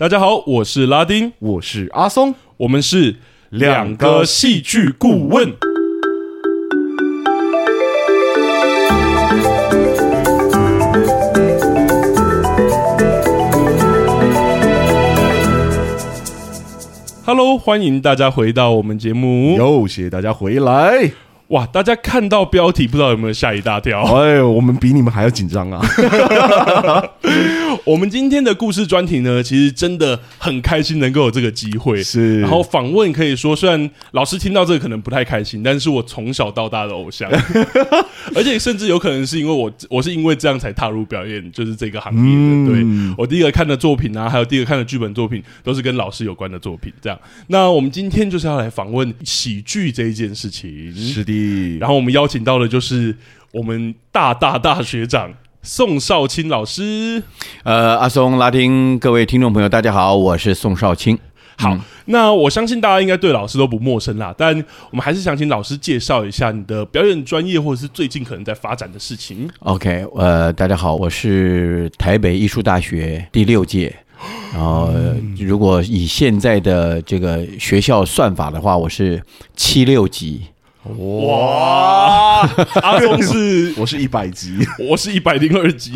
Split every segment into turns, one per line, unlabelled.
大家好，我是拉丁，
我是阿松，
我们是两个戏剧顾问。Hello，欢迎大家回到我们节目。
又谢谢大家回来。
哇，大家看到标题不知道有没有吓一大跳？
哎呦，我们比你们还要紧张啊！
我们今天的故事专题呢，其实真的很开心能够有这个机会。
是
然后访问可以说，虽然老师听到这个可能不太开心，但是我从小到大的偶像，而且甚至有可能是因为我，我是因为这样才踏入表演，就是这个行业的。对我第一个看的作品啊，还有第一个看的剧本作品，都是跟老师有关的作品。这样，那我们今天就是要来访问喜剧这一件事情。
是的，
然后我们邀请到的就是我们大大大学长宋少卿老师。
呃，阿松、拉丁，各位听众朋友，大家好，我是宋少卿。嗯
好，那我相信大家应该对老师都不陌生啦，但我们还是想请老师介绍一下你的表演专业，或者是最近可能在发展的事情。
OK，呃，大家好，我是台北艺术大学第六届。然后，如果以现在的这个学校算法的话，我是七六级。
哇，阿松是
我是一百级，
我是一百零二级，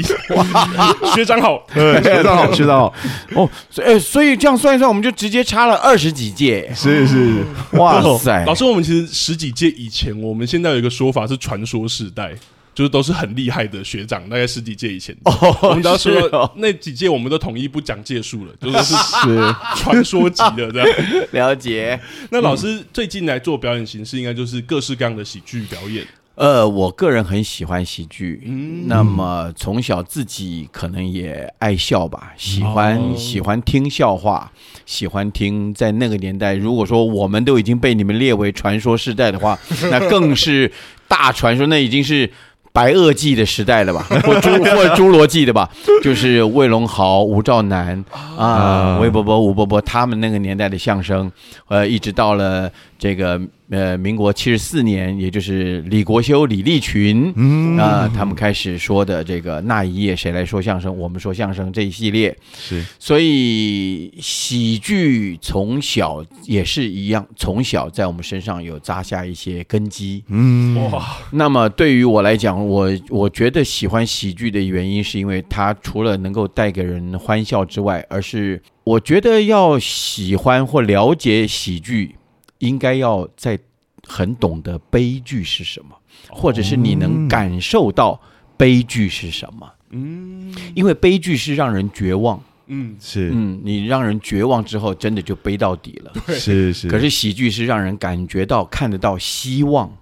学长好，
学长好，学长好，
哦，所以、呃所以这样算一算，我们就直接差了二十几届。
是是，
哇塞
老！师，我们其实十几届以前，我们现在有一个说法是传说世代。就是都是很厉害的学长，大概十几届以前，我们都
是
说、
哦
那几届我们都统一不讲届数了，就是是
是
传说级的这样。
了解。
那老师最近来做表演形式，应该就是各式各样的喜剧表演。
呃，我个人很喜欢喜剧，那么从小自己可能也爱笑吧，喜欢、
哦
喜欢听笑话，喜欢听。在那个年代，如果说我们都已经被你们列为传说世代的话，那更是大传说，那已经是。白垩纪的时代了吧，或侏或侏罗纪的吧，就是魏龙豪、吴兆南啊、魏伯伯、吴伯伯他们那个年代的相声，呃，一直到了这个呃民国七十四年，也就是李国修、李立群，嗯啊、他们开始说的这个那一夜谁来说相声，我们说相声这一系列，
是
所以喜剧从小也是一样，从小在我们身上有扎下一些根基。
嗯，
哇，
那么对于我来讲，我我觉得喜欢喜剧的原因，是因为它除了能够带给人欢笑之外，而是我觉得要喜欢或了解喜剧，应该要在很懂得悲剧是什么，或者是你能感受到悲剧是什么，
嗯
因为悲剧是让人绝望。
嗯，
是
嗯，你让人绝望之后，真的就悲到底了。
是是，
可是喜剧是让人感觉到、看得到希望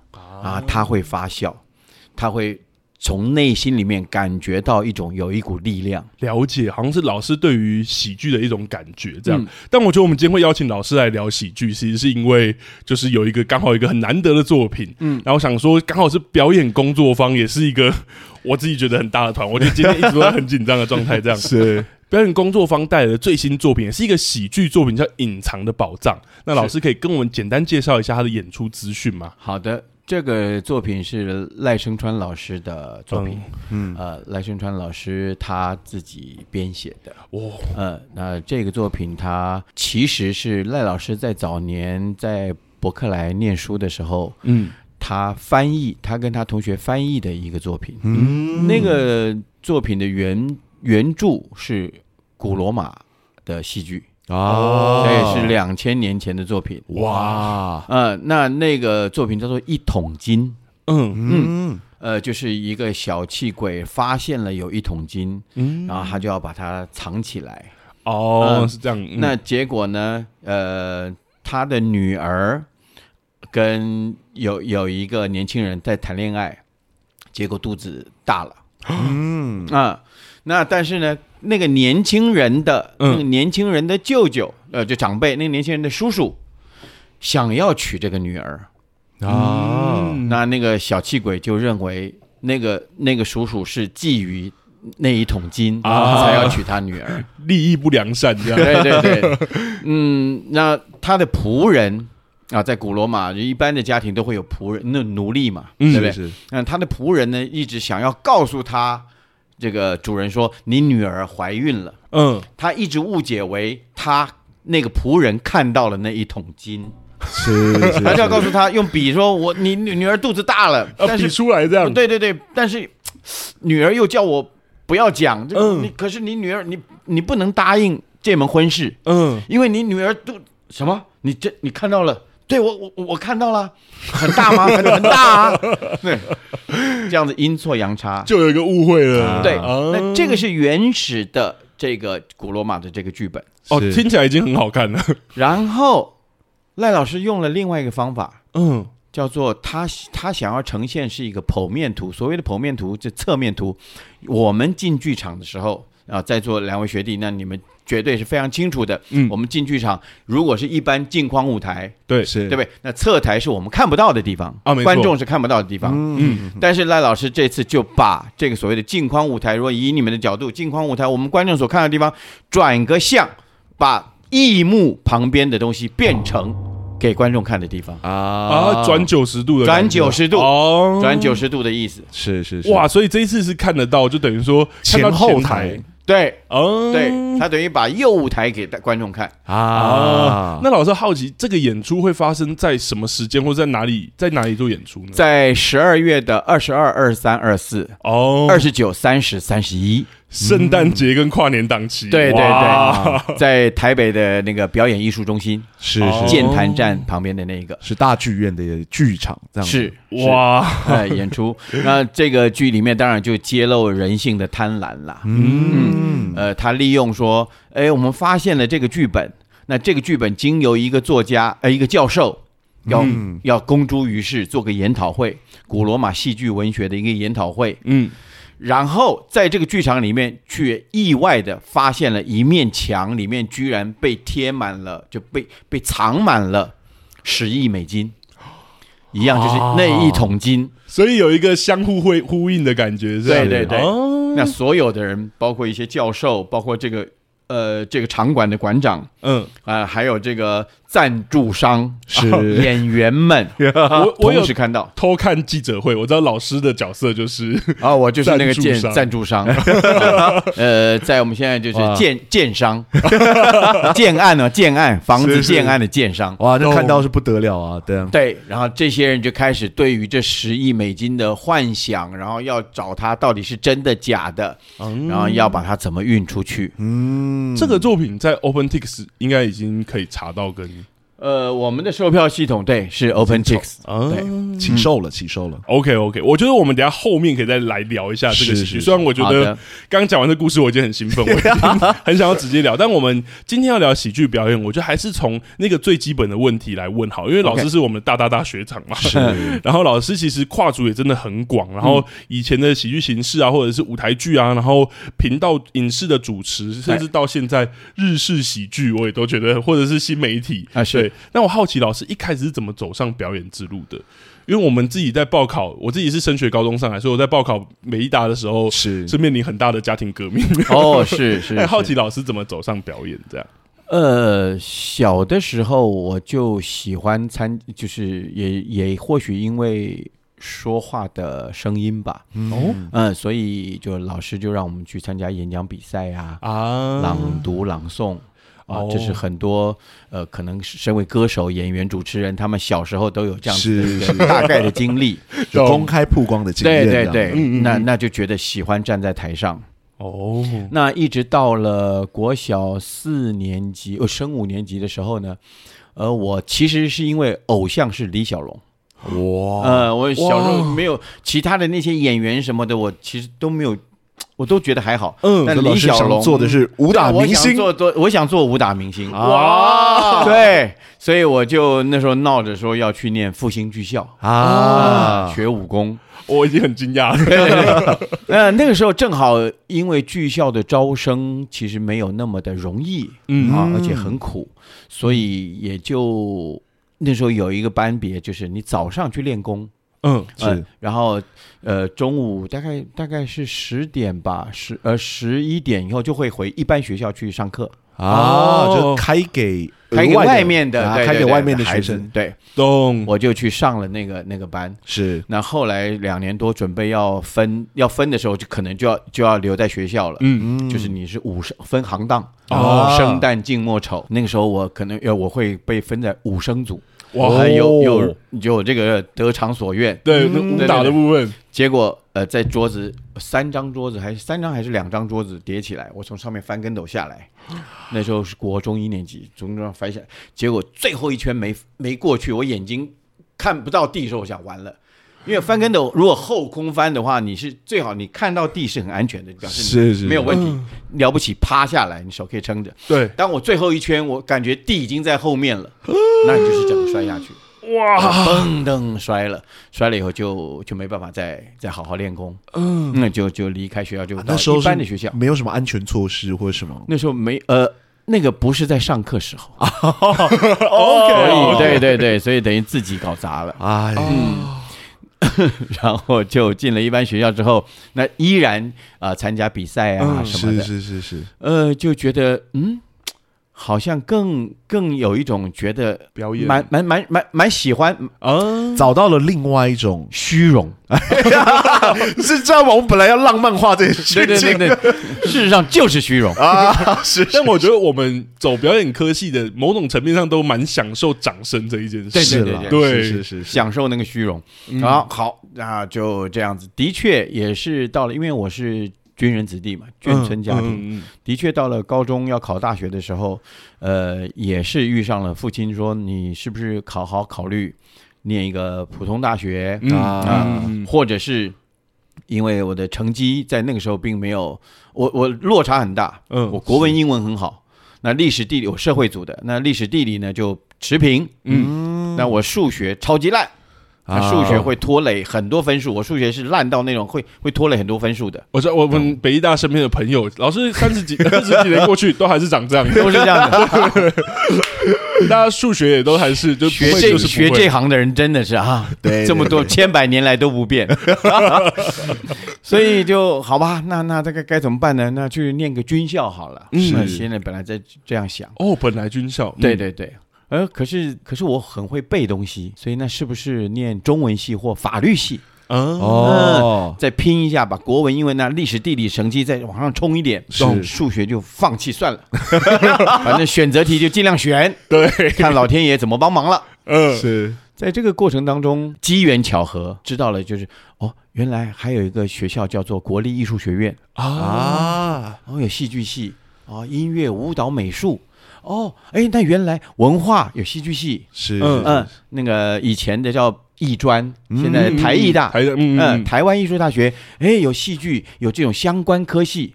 啊，他会发笑，他会从内心里面感觉到一种有一股力量。
了解，好像是老师对于喜剧的一种感觉这样。
嗯
但我觉得我们今天会邀请老师来聊喜剧，其实是因为就是有一个刚好有一个很难得的作品，嗯，然后想说刚好是表演工作方，也是一 个我自己觉得很大的团，我觉得今天一直都在很紧张的状 态这样。
是
表演工作方带来的最新作品，也是一个喜剧作品，叫《隐藏的宝藏》。那老师可以跟我们简单介绍一下他的演出资讯吗？
好的，这个作品是赖声川老师的作品，嗯，呃，赖声川老师他自己编写的，
哦，
呃，那这个作品它其实是赖老师在早年在伯克莱念书的时候，
嗯，
他翻译，他跟他同学翻译的一个作品。
嗯
那个作品的原原著是古罗马的戏剧，
啊，
这也是两千年前的作品。
哇，
呃，那那个作品叫做《一桶金
嗯
嗯》，
呃，就是一个小气鬼发现了有一桶金，
嗯，
然后他就要把它藏起来。
哦，
嗯
是这样。嗯
那结果呢？呃，他的女儿跟有有一个年轻人在谈恋爱，结果肚子大了。
嗯
啊，那但是呢，那个年轻人的、
嗯
那个年轻人的舅舅，呃，就长辈，那个年轻人的叔叔，想要娶这个女儿，
啊，
嗯
那那个小气鬼就认为那个那个叔叔是觊觎那一桶金、
啊
才要娶他女儿，
利益不良善这样。
啊对对对，嗯，那他的仆人。啊，在古罗马，一般的家庭都会有仆人，那奴隶嘛，
嗯
对不对？
是是
那他的仆人呢，一直想要告诉他这个主人说，你女儿怀孕了。
嗯，
他一直误解为他那个仆人看到了那一桶金，
是是
他就要告
诉
诉他用笔说：“我你你女儿肚子大了，
啊，
但
比
是
出来这样，
对对对，但是嘖女儿又叫我不要讲，这
嗯
你可是你女儿你你不能答应这门婚事，
嗯，
因为你女儿肚什么？你这你看到了？对我我我看到了，很大 吗？很很大啊，对，这样子阴错阳差，
就有一个误会了。
对，
啊
那这个是原始的这个古罗马的这个剧本。
哦，
是
听起来已经很好看了。
然后赖老师用了另外一个方法，
嗯，
叫做他他想要呈现是一个剖面图。所谓的剖面图，这侧面图。我们进剧场的时候啊，在座两位学弟，那你们绝对是非常清楚的。
嗯
我们进剧场，如果是一般镜框舞台，
对，
是
对不对？那侧台是我们看不到的地方
啊没错
观众是看不到的地方。
嗯
但是赖老师这次就把这个所谓的镜框舞台，如果以你们的角度，镜框舞台我们观众所看到的地方转个向，把异幕旁边的东西变成给观众看的地方，
啊
啊，转九十度的感
哦转
觉，
九十度，
哦，
转九十度的意思。
是是是
哇，所以这一次是看得到，就等于说看到
前后
台
台，
对
哦，
对，他等于把右舞台给观众看。
啊
啊，，
那老师好奇，这个演出会发生在什么时间，或者在哪里，在哪里做演出呢？
在十二月的二十二、二三、二四、
哦，
二十九、三十、三十一，
圣诞节跟跨年档期，
对对
哇
对，在台北的那个表演艺术中心
是
哦
是
健谈站旁边的那一个，
是大剧院的剧场这样子
是是
哇，
呃，演 出。那这个剧里面当然就揭露人性的贪婪啦。
嗯
呃，他利用说，哎，我们发现了这个剧本，那这个剧本经由一个作家，呃，一个教授。要、
嗯
要公诸于世，做个研讨会，古罗马戏剧文学的一个研讨会。
嗯，
然后在这个剧场里面，却意外的发现了一面墙，里面居然被贴满了，就被被藏满了十亿美金，一样就是
啊
那一桶金。
所以有一个相互会呼应的感觉，是吧
对对对
哦
那所有的人，包括一些教授，包括这个呃这个场馆的馆长
嗯，
啊、呃还有这个赞助商啊
是
演员们，
我我有
同时看到
偷看记者会，我知道老师的角色就是
啊，我就是那
赞
个
助
建
商啊
赞助商， 呃，在我们现在就是
哇
建建商， 建案呢、建案房子
是是
建案的建商。
哇，那
懂
看到是不得了啊，对啊
对，然后这些人就开始对于这十亿美金的幻想，然后要找他到底是真的假的，
嗯
然后要把它怎么运出去。
嗯
这个作品在 OpenTix 应该已经可以查到跟
呃，我们的售票系统对是 OpenTix，
啊
对
起售了起售了，
OK OK，我觉得我们等一下后面可以再来聊一下这个喜
是是
剧。
是
虽然我觉
好
得
的
刚讲完这故事，我已经很兴奋，我已 经很想要直接聊。但我们今天要聊喜剧表演，我觉得还是从那个最基本的问题来问好，因为老师
OK
是我们的大大大学长嘛。
是
然后老师其实跨足也真的很广，然后以前的喜剧形式啊，或者是舞台剧啊，然后频道影视的主持，甚至到现在日式喜剧，我也都觉得，或者是新媒体
啊是
对那我好奇老师一开始是怎么走上表演之路的？因为我们自己在报考，我自己是升学高中上来，所以我在报考美艺大的时候
是
是面临很大的家庭革命。
哦，是是
那哎 好
是
奇老师怎么走上表演这样？
呃，小的时候我就喜欢参，就是也也或许因为说话的声音吧，
哦
嗯，所以就老师就让我们去参加演讲比赛啊，
啊
朗读朗诵。啊
哦，
这是很多呃，可能是身为歌手、演员、主持人，他们小时候都有这样子的一
是
个大概的经历。
有公开曝光的经
对
验，啊
对
这
对
样，
嗯嗯
那
嗯
那就觉得喜欢站在台上，
哦，
那一直到了国小四年级，呃，升五年级的时候呢，呃，我其实是因为偶像是李小龙，
哇，
呃，我小时候没有其他的那些演员什么的，我其实都没有，我都觉得还好。
嗯
但
这老
李
师
小龙
想做的是武打
我
明
想
星啊
做做，我想做武打明星。
哇
对，所以我就那时候闹着说要去念复兴剧校
啊，
学武功。
我已经很惊讶了。
呃那那个时候正好因为剧校的招生其实没有那么的容易，
嗯
啊，而且很苦，所以也就那时候有一个班别，就是你早上去练功，
嗯，
呃
是，
然后呃中午大概大概是十点吧，十呃十一点以后就会回一般学校去上课，
啊啊，
哦
就开给
开给
额
外
的
面的，
啊
对
开给
对对
外面的学
孩子
生，嗯
对，
懂
我就去上了那个那个班。
是
那后来两年多准备要分要分的时候，就可能就要就要留在学校了。
嗯
嗯，就是你是五声分行当
哦
生旦净末丑。那个时候我可能呃要我会被分在五声组，
哇
还有有
哦
有这个得偿所愿。
对，那武打的部 分，
结果呃，在桌子三张桌子还是三张还是两张桌子叠起来，我从上面翻跟斗下来。那时候是国中一年级，从中央翻下来，结果最后一圈没没过去，我眼睛看不到地的时候，我想完了。因为翻跟斗，如果后空翻的话，你是最好你看到地是很安全的，表示你
是是
没有问题。了不起，趴下来，你手可以撑着。
对，
当我最后一圈，我感觉地已经在后面了，那你就是整个摔下去，哇，噔噔摔了，摔了以后就就没办法再再好好练功，嗯，那就就离开学校就
啊
到
那时候
一
是
般的学校，
没有什么安全措施或者什么。
那时候没呃。那个不是在上课时候，所以
OK，
对对对，所以等于自己搞砸了，
哎，
然后就进了一般学校之后，那依然啊、呃参加比赛啊
嗯
什么
是
的，
是是是，
呃，就觉得嗯，好像更更有一种觉得
表演
蛮蛮蛮蛮蛮喜欢
啊，
找到了另外一种，
虚荣，
是这样吗？我们本来要浪漫化这件事
对对对
情
对， 事实上就是虚荣，
啊，是
但我觉得我们走表演科系的，某种层面上都蛮享受掌声这一件事。
对
是
对
啦
对
对
是是是，
享受那个虚荣。然后好，那就这样子，的确也是到了，因为我是军人子弟嘛，眷村家庭，
嗯，嗯嗯
的确到了高中要考大学的时候，呃，也是遇上了父亲说你是不是考好考虑念一个普通大学，
嗯
啊、
嗯
或者是因为我的成绩在那个时候并没有，我我落差很大，
嗯
我国文、英文很好，那历史、地理我社会组的，那历史、地理呢就持平，
嗯
那我数学超级烂。那
啊
数学会拖累很多分数，我数学是烂到那种会会拖累很多分数的，
我知道我们北医大身边的朋友，老师三 十几、二十几年过去，都还是长这样，
都是这样的。
大家数学也都还是就不
学
会
这
就是不
学
会哎
这行的人真的是啊，
对
这么多
对
千百年来都 不变，所以就好吧。那那这个该怎么办呢？那去念个军校好了。
嗯
那现在本来在这样想，
哦，本来军校，嗯
对，对对。呃，可是可是我很会背东西，所以那是不是念中文系或法律系，
嗯，
哦，
再拼一下，把国文、英文那历史、地理成绩再往上冲一点？
是
懂数学就放弃算了， 反正选择题就尽量选，
对，
看老天爷怎么帮忙了。
嗯，
是
在这个过程当中，机缘巧合知道了，就是哦，原来还有一个学校叫做国立艺术学院，
啊，
啊，
哦，有戏剧系，哦，音乐、舞蹈、美术，哦，哎，那原来文化有戏剧系，
是
嗯
嗯、那个以前的叫艺专，现在
嗯
台艺大，
台大，嗯
嗯、
嗯，
台湾艺术大学，哎，有戏剧，有这种相关科系，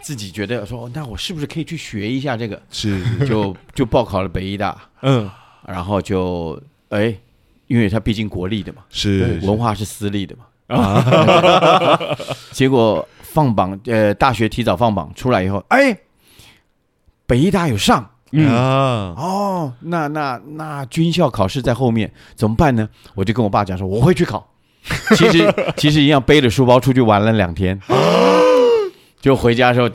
自己觉得说，哦那我是不是可以去学一下这个？
是
就就报考了北医大，
嗯，
然后就哎，因为它毕竟国立的嘛。
是
文化是私立的嘛。 结果放榜，呃，大学提早放榜出来以后，哎，北医大有上
嗯
啊，
哦，那那那军校考试在后面怎么办呢？我就跟我爸讲说我会去考， 其实其实一样背着书包出去玩了两天，就回家的时候。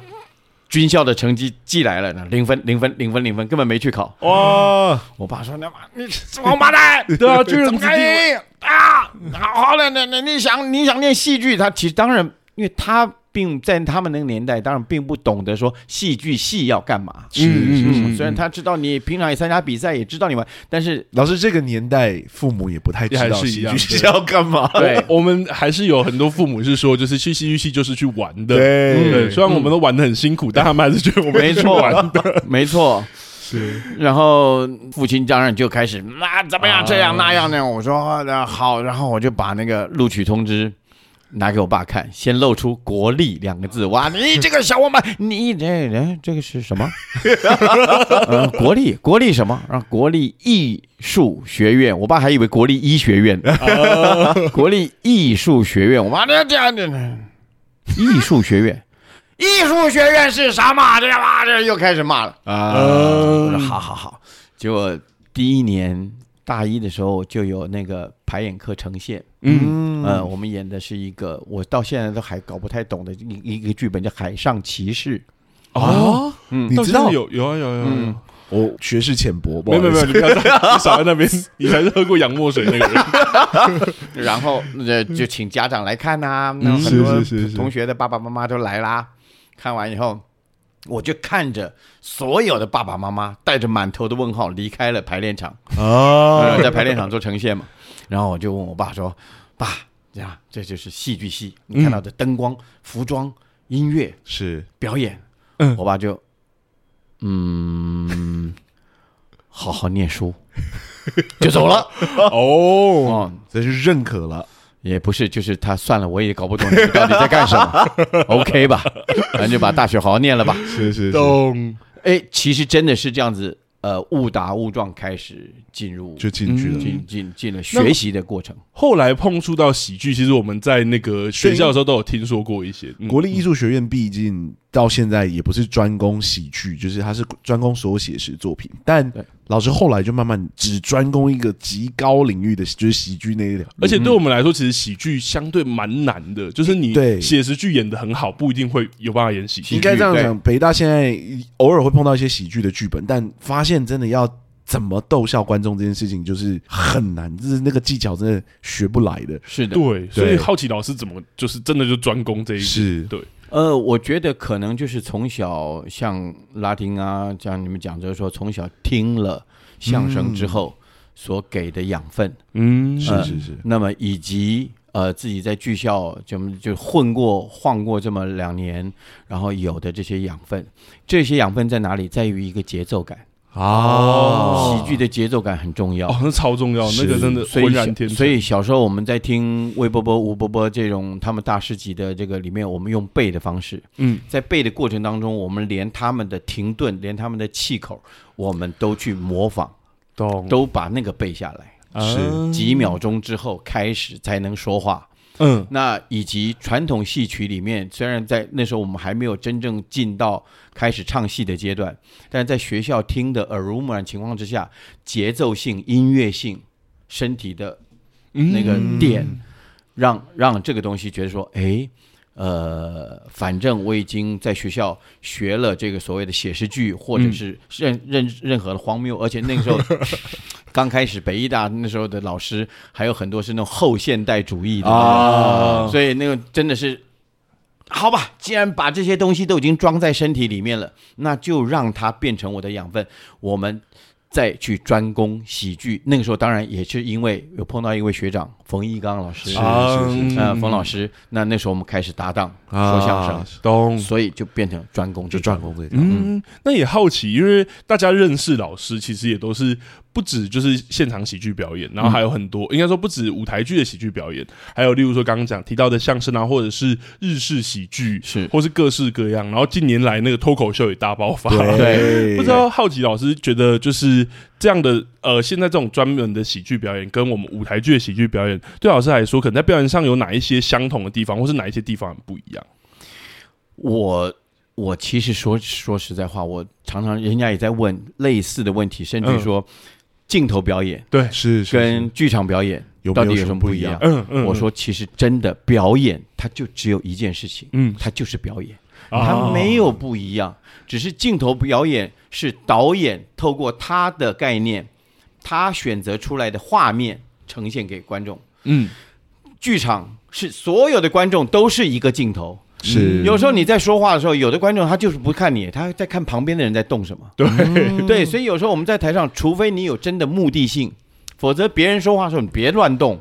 军校的成绩寄来了，零分，零分，零分，零分，根本没去考。
哇，
我爸说：“那妈，你
王八蛋， 对 啊，军人子弟，
哎啊，好了，那那你想你想念戏剧，他其实当然，因为他并在他们那个年代，当然并不懂得说戏剧系要干嘛。
是是是。
嗯
虽然他知道你平常也参加比赛，也知道你玩，但是
老师，这个年代父母也不太知
也
道
还是一
戏
样
剧是要干嘛。
对
我们还是有很多父母是说，就是去戏剧系就是去玩的，嗯
对
对，虽然我们都玩的很辛苦，但他们还是觉得我们
嗯没
是去
错
玩的，，
没错。
是
然后父亲当然就开始那怎么样这样那样那样，我说啊那好，然后我就把那个录取通知拿给我爸看，先露出“国力”两个字，哇，你这个小王八，你这人这个是什 么？呃，国力国力什么？然后国立艺术学院，我爸还以为国立医学院，
哦
国立艺术学院，我妈这这样这艺术学院。艺术学院是什么？这妈这又开始骂了。
啊，
我说好好好。结果第一年大一的时候就有那个排演课呈现，
嗯，
嗯、呃，我们演的是一个我到现在都还搞不太懂的一一个剧本，叫《海上骑士》。
哦，
嗯
你
到
知
现在
道
有有啊有啊有啊有
嗯
啊。
我学识浅薄，不
没
好
有没有没
意
有，
思
你不 要在你少在那边，你才是喝过洋墨水那个人。
然后呃就请家长来看呐、那
嗯
很多
是是是是
同学的爸爸妈妈都来啦。看完以后，我就看着所有的爸爸妈妈带着满头的问号离开了排练场，
嗯
啊
呃，在排练场做呈现嘛。然后我就问我爸说：“爸，这样这就是戏剧系你看到
嗯
的灯光、服装、音乐、
是
表演。”
嗯
我爸就嗯，好好念书，就走了。
哦，
哦，
这是认可了。
也不是，就是他算了，我也搞不懂你们到底在干什么。OK 吧，咱就把大学好好念了吧。
是是是，
懂，
哎，其实真的是这样子，呃，误打误撞开始进入
就进去
嗯
了。
进进进了学习的过程。
后来碰触到喜剧，其实我们在那个学校的时候都有听说过一些。嗯
国立艺术学院毕竟到现在也不是专攻喜剧，就是它是专攻所有写实作品，但
对
老师后来就慢慢只专攻一个极高领域的，就是喜剧那一条。
而且对我们来说，其实喜剧相对蛮难的，就是你
对
写实剧演的很好，不一定会有办法演喜
喜
剧
应
剧。
该这样
对
讲，北大现在偶尔会碰到一些喜剧的剧本，但发现真的要怎么逗笑观众这件事情，就是很难，就是那个技巧真的学不来的。
是的，
对，所以好奇老师怎么就是真的就专攻这一个
是
对，
呃，我觉得可能就是从小像拉丁啊，像你们讲就是说，从小听了相声之后所给的养分，
嗯
是是是，
那么以及呃自己在剧校就就混过晃过这么两年，然后有的这些养分，这些养分在哪里？在于一个节奏感，
哦
喜剧的节奏感很重要。
哦，那超重要，那
是
个真的
所
浑
以
然天
小，
成。
所以小时候我们在听魏伯伯、吴伯伯这种他们大师级的这个里面，我们用背的方式，
嗯，
在背的过程当中，我们连他们的停顿，连他们的气口，我们都去模仿，
懂
都把那个背下来。
啊
是
几秒钟之后开始才能说话，
嗯
那以及传统戏曲里面，虽然在那时候我们还没有真正进到开始唱戏的阶段，但在学校听的耳濡目染情况之下，节奏性、音乐性、身体的
嗯
那个点，让让这个东西觉得说，哎。呃，反正我已经在学校学了这个所谓的写实剧，或者是任任任何的荒谬，而且那个时候刚开始北医大那时候的老师还有很多是那种后现代主义的
啊
所以那个真的是，好吧，既然把这些东西都已经装在身体里面了，那就让它变成我的养分。我们再去专攻喜剧。那个时候当然也是因为有碰到一位学长冯一刚老师，
啊
是是，
呃，冯老师。那那时候我们开始搭档说相声，
啊懂。
所以就变成专攻
啊嗯就
这条
专攻这一条。
嗯，那也好奇，因为大家认识老师，其实也都是不止就是现场喜剧表演，然后还有很多，应该说不止舞台剧的喜剧表演，还有例如说刚刚讲提到的相声啊，或者是日式喜剧，
是
或是各式各样。然后近年来那个脱口秀也大爆发，
对
不知道好奇老师觉得就是这样的呃，现在这种专门的喜剧表演跟我们舞台剧的喜剧表演，对老师来说，可能在表演上有哪一些相同的地方，或是哪一些地方很不一样？
我我其实说说实在话，我常常人家也在问类似的问题，甚至于说镜头表演
对，
是嗯是
跟剧场表演
有
到
没
底
有
有
什
什么
么不
不
一
一
样
样？
嗯嗯，
我说，其实真的表演，它就只有一件事情，
嗯，
它就是表演，
啊
它没有不一样，只是镜头表演是导演透过他的概念，他选择出来的画面呈现给观众。
嗯，
剧场是所有的观众都是一个镜头，嗯
是
有时候你在说话的时候，有的观众他就是不看你，他在看旁边的人在动什么。
对，
对，所以有时候我们在台上，除非你有真的目的性，否则别人说话的时候你别乱动。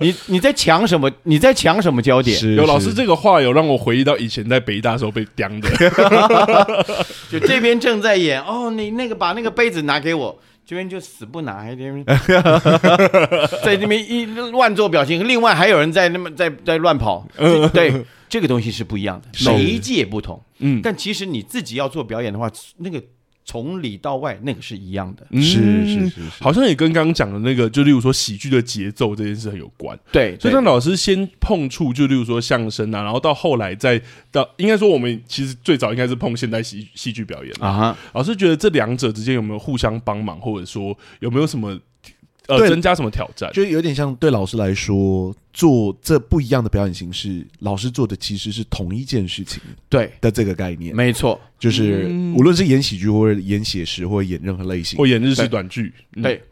你你在抢什么？你在抢什么焦点？
是
有老师
是
这个话有让我回忆到以前在北大时候被刁 的，
就这边正在演哦，你那个把那个杯子拿给我，这边就死不拿，还在那边在那边一乱做表情。另外还有人在那么在在乱跑，对，这个东西是不一样
是
的，媒介不同。
嗯
但其实你自己要做表演的话，那个从里到外那个是一样的。
是是是是，
嗯好像也跟刚刚讲的那个，就例如说喜剧的节奏这件事很有关。
对，
所以
对
让老师先碰触，就例如说相声啊，然后到后来再到，应该说我们其实最早应该是碰现代戏戏剧表演啊。
啊哈，
老师觉得这两者之间有没有互相帮忙，或者说有没有什么呃
对
增加什么挑战？
就有点像对老师来说，做这不一样的表演形式，老师做的其实是同一件事情
对，
的这个概念，
没错，
就是
嗯哦
无论是演喜剧或者演写实或者演任何类型
或，演日式短剧，嗯
对。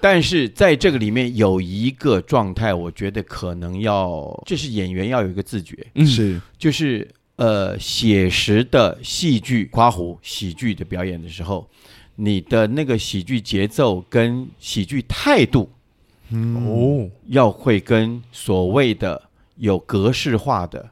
但是在这个里面有一个状态，我觉得可能要，就是演员要有一个自觉，
嗯
是
就是呃写实的戏剧、夸胡喜剧的表演的时候，你的那个喜剧节奏跟喜剧态度
嗯
哦，
要会跟所谓的有格式化的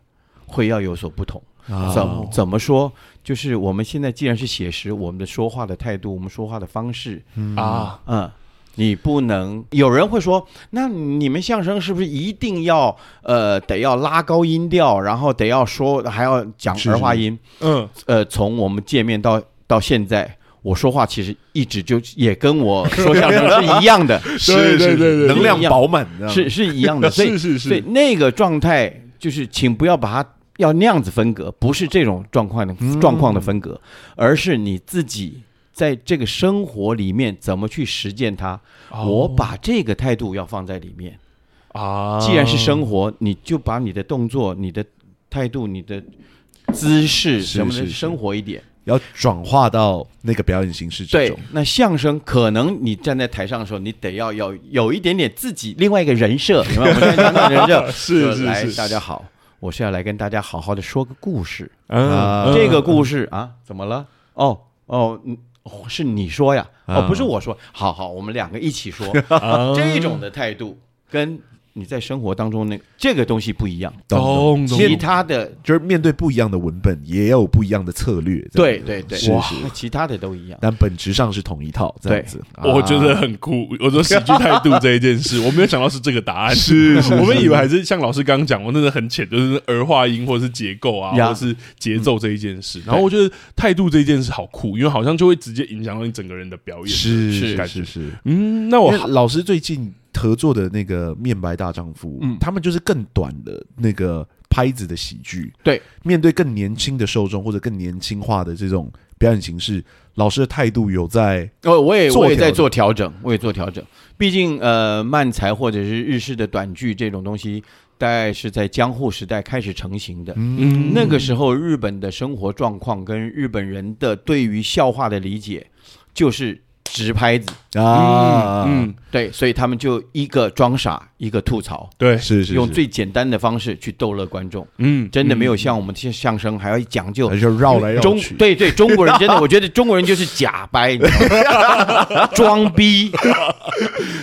会要有所不同。
啊
怎么怎么说？就是我们现在既然是写实，我们的说话的态度，我们说话的方式，
啊，
嗯，你不能。有人会说，那你们相声是不是一定要呃得要拉高音调，然后得要说还要讲
是是
儿化音？
嗯，
呃，从我们见面到到现在。我说话其实一直就也跟我说相声是一 样的，
对对对对
能量
一样
饱满，这样
是是一 样的，所以
是是
所以
是，
那个状态就是，请不要把它要那样子分隔，不是这种状况的、
嗯
状况的分隔，而是你自己在这个生活里面怎么去实践它。
哦
我把这个态度要放在里面。
啊，
既然是生活，你就把你的动作、你的态度、你的姿势
是
什么的
是是
生活一点。
要转化到那个表演形式之
对
中。，
那相声可能你站在台上的时候，你得要有有一点点自己另外一个人 设，有没有？我们现在讲到人设
是
就是来
是
大家好，我是要来跟大家好好的说个故事。
嗯
啊
这个故事啊，怎么了？哦哦，嗯哦是你说呀？哦，
啊
不是我说。好好，我们两个一起说。
嗯 啊
这种的态度跟你在生活当中那这个东西不一样，
懂
懂
其他的。
就是面对不一样的文本，也有不一样的策略。这样
对
子
对对，
是
哇
是，
那其他的都一样。
但本质上是同一套这样子。 啊
我觉得很酷。我说喜剧态度这一件事，我没有想到是这个答案。 是，我们以为还是像老师刚刚讲，我真的很浅，就是儿化音或者是结构啊，
呀
或者是节奏这一件事。然后我觉得态度这一件事好酷，因为好像就会直接影响到你整个人的表演。
是
是
是
感
是
觉
是。
嗯，那
因
我
为老师最近合作的那个《面白大丈夫》，
嗯
他们就是更短的那个拍子的喜剧。
对，
面对更年轻的受众或者更年轻化的这种表演形式，老师的态度有在
哦，我也
做
我也
调
在
整
做调整，我也做调整。毕竟呃，漫才或者是日式的短剧这种东西，大概是在江户时代开始成型的。
嗯
那个时候，日本的生活状况跟日本人的对于笑话的理解，就是直拍子。
啊，
嗯，
对，所以他们就一个装傻，一个吐槽，
对，
是是
用
是
最简单的方式去逗乐观众。
嗯，
真的没有像我们这些相声还要讲究
而且绕来绕
中
去，
对对，中国人真的，我觉得中国人就是假掰，你知道 吗装逼。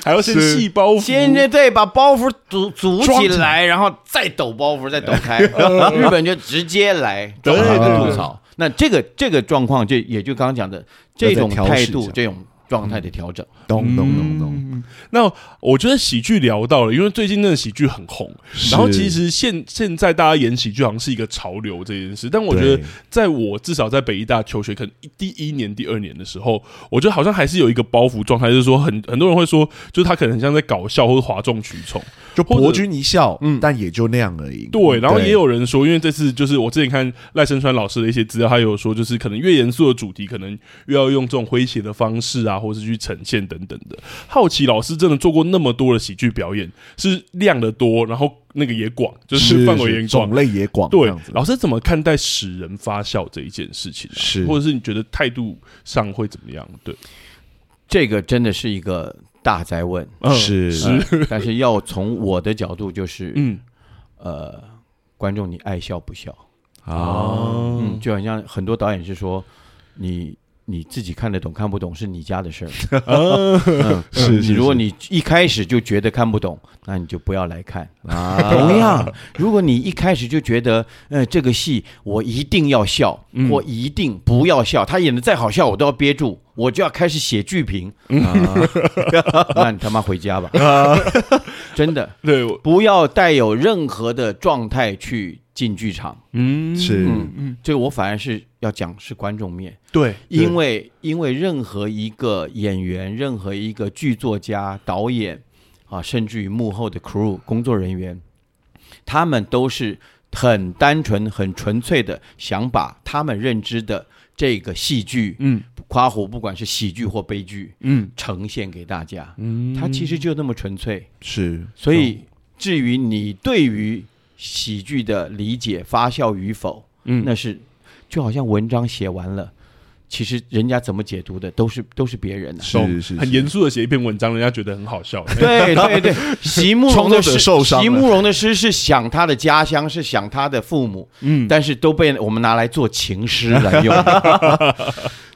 还要先细包
哦
袱，
先对，把包袱组组
装
起
起
来，然后再抖包袱，再抖 开。日本就直接来
对
装傻
对
跟
对
吐槽。那这个这个状况，就也就刚刚讲的这种
要再调试
态
一下
度、这种状态的调整。
咚咚咚咚。
嗯那我觉得喜剧聊到了，因为最近那个喜剧很红，
是
然后其实现现在大家演喜剧好像是一个潮流这件事，但我觉得
对
在我至少在北医大求学，可能第一年、第二年的时候，我觉得好像还是有一个包袱状态，就是说很很多人会说，就是他可能很像在搞笑或者哗众取宠，
就
或者嗯
博君一笑，但也就那样而已。
对，然后也有人说，因为这次就是我之前看赖声川老师的一些资料，他有说，就是可能越严肃的主题，可能越要用这种诙谐的方式啊，或是去呈现等等的。好奇老师真的做过那么多的喜剧表演，是量的多，然后那个也广，就是范围也广
种。类也广，这
对
样子，
老师怎么看待使人发笑这一件事情、啊？
是
或者是你觉得态度上会怎么样？对，
这个真的是一个大 灾问，
嗯
是
是，
但是要从我的角度，就是、
嗯，
呃，观众你爱笑不笑？
啊
哦，
嗯，就好像很多导演是说你。你自己看得懂看不懂是你家的事儿， 嗯，
是
你
是
如果
是
你一开始就觉得看不懂，那你就不要来看。
啊
同样，如果你一开始就觉得，呃，这个戏我一定要笑，
嗯
我一定不要笑，他演的再好笑我都要憋住，我就要开始写剧评，
嗯
啊 那你他妈回家吧，
啊
真的
对，我
不要带有任何的状态去进剧场。
嗯，
是
嗯，
这个我反而是要讲是观众面，
对，
因为因为任何一个演员、任何一个剧作家、导演啊，甚至于幕后的 crew 工作人员，他们都是很单纯、很纯粹的想把他们认知的这个戏剧，
嗯
夸虎不管是喜剧或悲剧，
嗯
呈现给大家，
嗯
它其实就那么纯粹。
是，
所以，至于你对于喜剧的理解发酵与否，
嗯
那是就好像文章写完了，其实人家怎么解读的都是都是别人的、
是
懂
是是
很严肃的写一篇文章，人家觉得很好笑。
对对对，席慕
创
容的
作
诗，
者受伤了
席慕容的诗是想他的家乡，是想他的父母，
嗯，
但是都被我们拿来做情诗来用。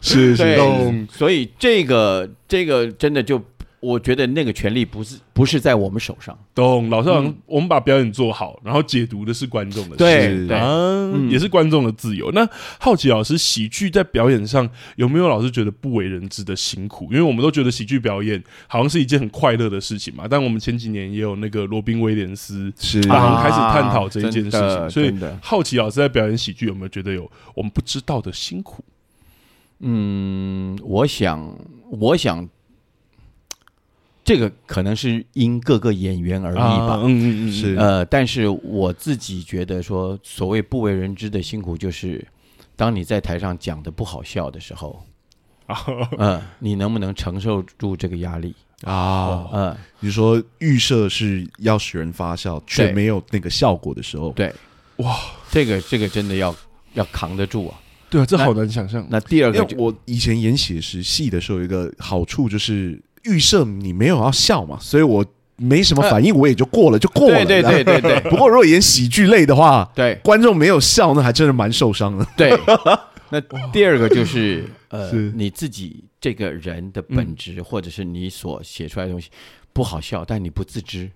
是是
对，所以这个这个真的就，我觉得那个权利不是不是在我们手上。
懂，老师好
嗯
像我们把表演做好，然后解读的是观众的事
对对，
啊，
嗯
也是观众的自由。那好奇老师，喜剧在表演上有没有老师觉得不为人知的辛苦？因为我们都觉得喜剧表演好像是一件很快乐的事情嘛，但我们前几年也有那个罗宾威廉斯。
是
他好像开始探讨这一件事情，
啊真的
所以
真的
好奇老师在表演喜剧有没有觉得有我们不知道的辛苦？
嗯，我想，我想，这个可能是因各个演员而异
啊
吧。
嗯嗯嗯，
是
呃，但是我自己觉得说，所谓不为人知的辛苦，就是当你在台上讲的不好笑的时候，嗯、你能不能承受住这个压力？
啊，
嗯、
你说预设是要使人发笑，却
对
没有那个效果的时候，
对，
哇，
这个这个真的要要扛得住啊。
对啊，这好难想象。
那第二
因
个
为
就
我以前演写实戏的时候，有一个好处就是预设你没有要笑嘛，所以我没
呃
什么反应，我也就过了，就过了。
哎对对对
然后。
对对
不过如果演喜剧类的话，
对
观众没有笑，那还真是蛮受伤的。
对。那第二个 就是呃，
是嗯
你自己这个人的本质，或者是你所写出来的东西不好笑，但你不自知，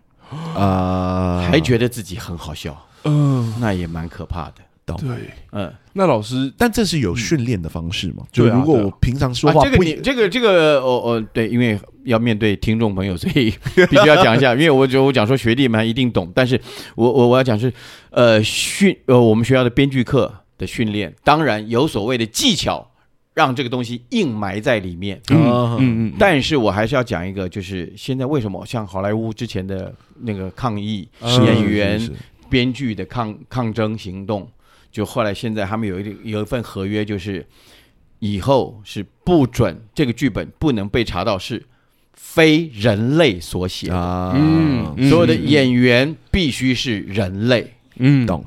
啊，
还觉得自己很好笑，
嗯、
那也蛮可怕的。
对。
嗯，啊
那老师
但这是有训练的方式嘛？就
对啊
如果
对啊
我平常说话
这个
不
你这个这个哦哦，对，因为要面对听众朋友，所以 必须要讲一下。因为我觉得我讲说学弟们一定懂，但是我我我要讲是呃训呃我们学校的编剧课的训练，当然有所谓的技巧，让这个东西硬埋在里面。
啊
嗯嗯，
但是我还是要讲一个，就是现在为什么像好莱坞之前的那个抗议
是
演
是是
员
是、
编剧的抗抗争行动，就后来现在他们有一有一份合约，就是以后是不准这个剧本不能被查到是非人类所写，
啊，
嗯
所有的演员必须是人类，
嗯
懂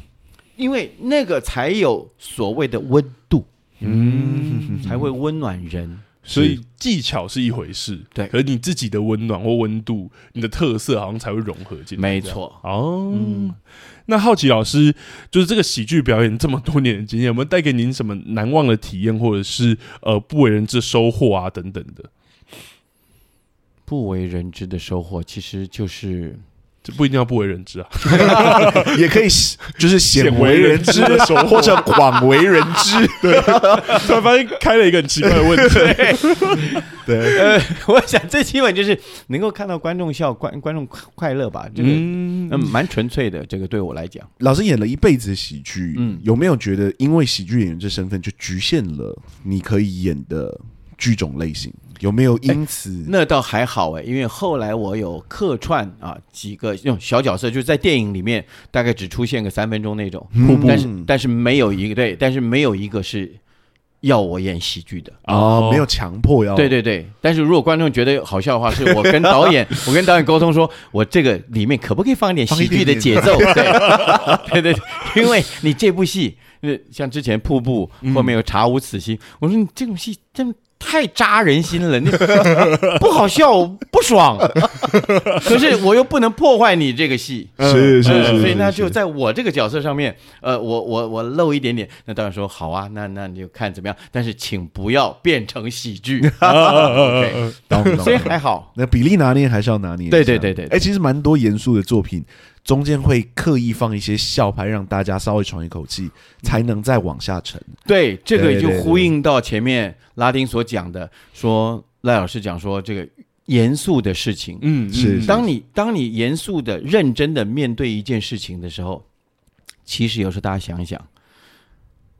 因为那个才有所谓的温度，
嗯，
才会温暖人。
所以技巧是一回事，
对
可是你自己的温暖或温度，你的特色好像才会融合进来。
没
这样，
错，
哦。那好奇老师，就是这个喜剧表演这么多年的经验，有没有带给您什么难忘的体验，或者是呃不为人知的收获啊等等的？
不为人知的收获其实就是。
这不一定要不为人知啊，
也可以就是鲜
鲜为
为人
人
知的时候，或者广为人 知。
突然发现开了一个很奇怪的问题。
对，
呃，我想最基本就是能够看到观众笑，观观众快乐吧，这个嗯
嗯
蛮纯粹的，这个对我来讲，
老师演了一辈子喜剧，
嗯
有没有觉得因为喜剧演员这身份就局限了你可以演的剧种类型？有没有因此、
那倒还好哎，因为后来我有客串啊几个那种小角色，就是在电影里面大概只出现个三分钟那种，
嗯
但是但是没有一个对，但是没有一个是要我演喜剧的。
哦没有强迫要
对对对，但是如果观众觉得好笑的话，是我跟导 演，我跟导演沟通说，我这个里面可不可以放一点喜剧的节奏？对 对对，对因为你这部戏，呃，像之前《瀑布》后面有《查无此心》，我说你这种戏真太扎人心了，你 不好笑，我不爽。 可是我又不能破坏你这个戏。
是是是
呃
是，
所以那
是
就在我这个角色上面，呃，我我我露一点点，那导演说好啊，那那你就看怎么样，但是请不要变成喜 剧，OK，
懂 懂
所以
懂
还好，
那比例拿捏还是要拿捏一下。
对对对对对
哎，其实蛮多严肃的作品中间会刻意放一些笑牌，让大家稍微喘一口气，才能再往下 沉。
对这个
对对
就
对
呼应到前面拉丁所讲的，说赖老师讲说这个严肃的事情，
嗯
是
当你当你严肃的、认真的面对一件事情的时候，其实有时候大家想一想，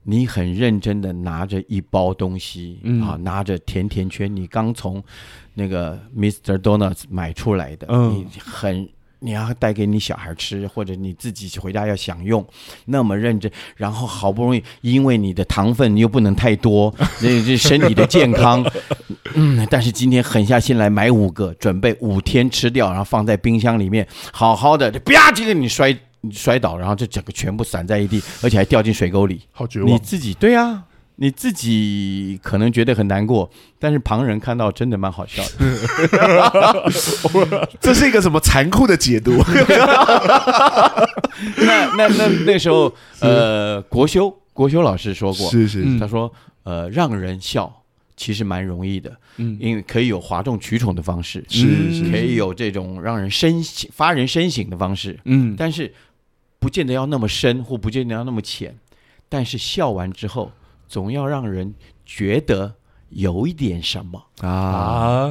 你很认真的拿着一包东西、
嗯
啊，拿着甜甜圈，你刚从那个 Mr. Donuts 买出来的，
嗯
你很你要带给你小孩吃，或者你自己回家要享用，那么认真，然后好不容易因为你的糖分又不能太多， 这这身体的健康， 嗯，但是今天狠下心来买五个，准备五天吃掉，然后放在冰箱里面，好好的，就啪，这个你摔你摔倒，然后这整个全部散在一地，而且还掉进水沟里，
好绝
你
望。
自己对啊。你自己可能觉得很难过，但是旁人看到真的蛮好笑的。
这是一个什么残酷的解 读？
那那那那时候，呃，国修国修老师说过，
是是
嗯
他说，呃，让人笑其实蛮容易的，
嗯
因为可以有哗众取宠的方式，
是
嗯
是，
可以有这种让人深省、发人深省的方式，
嗯，
但是不见得要那么深，或不见得要那么浅，但是笑完之后，总要让人觉得有一点什么。
啊，
啊，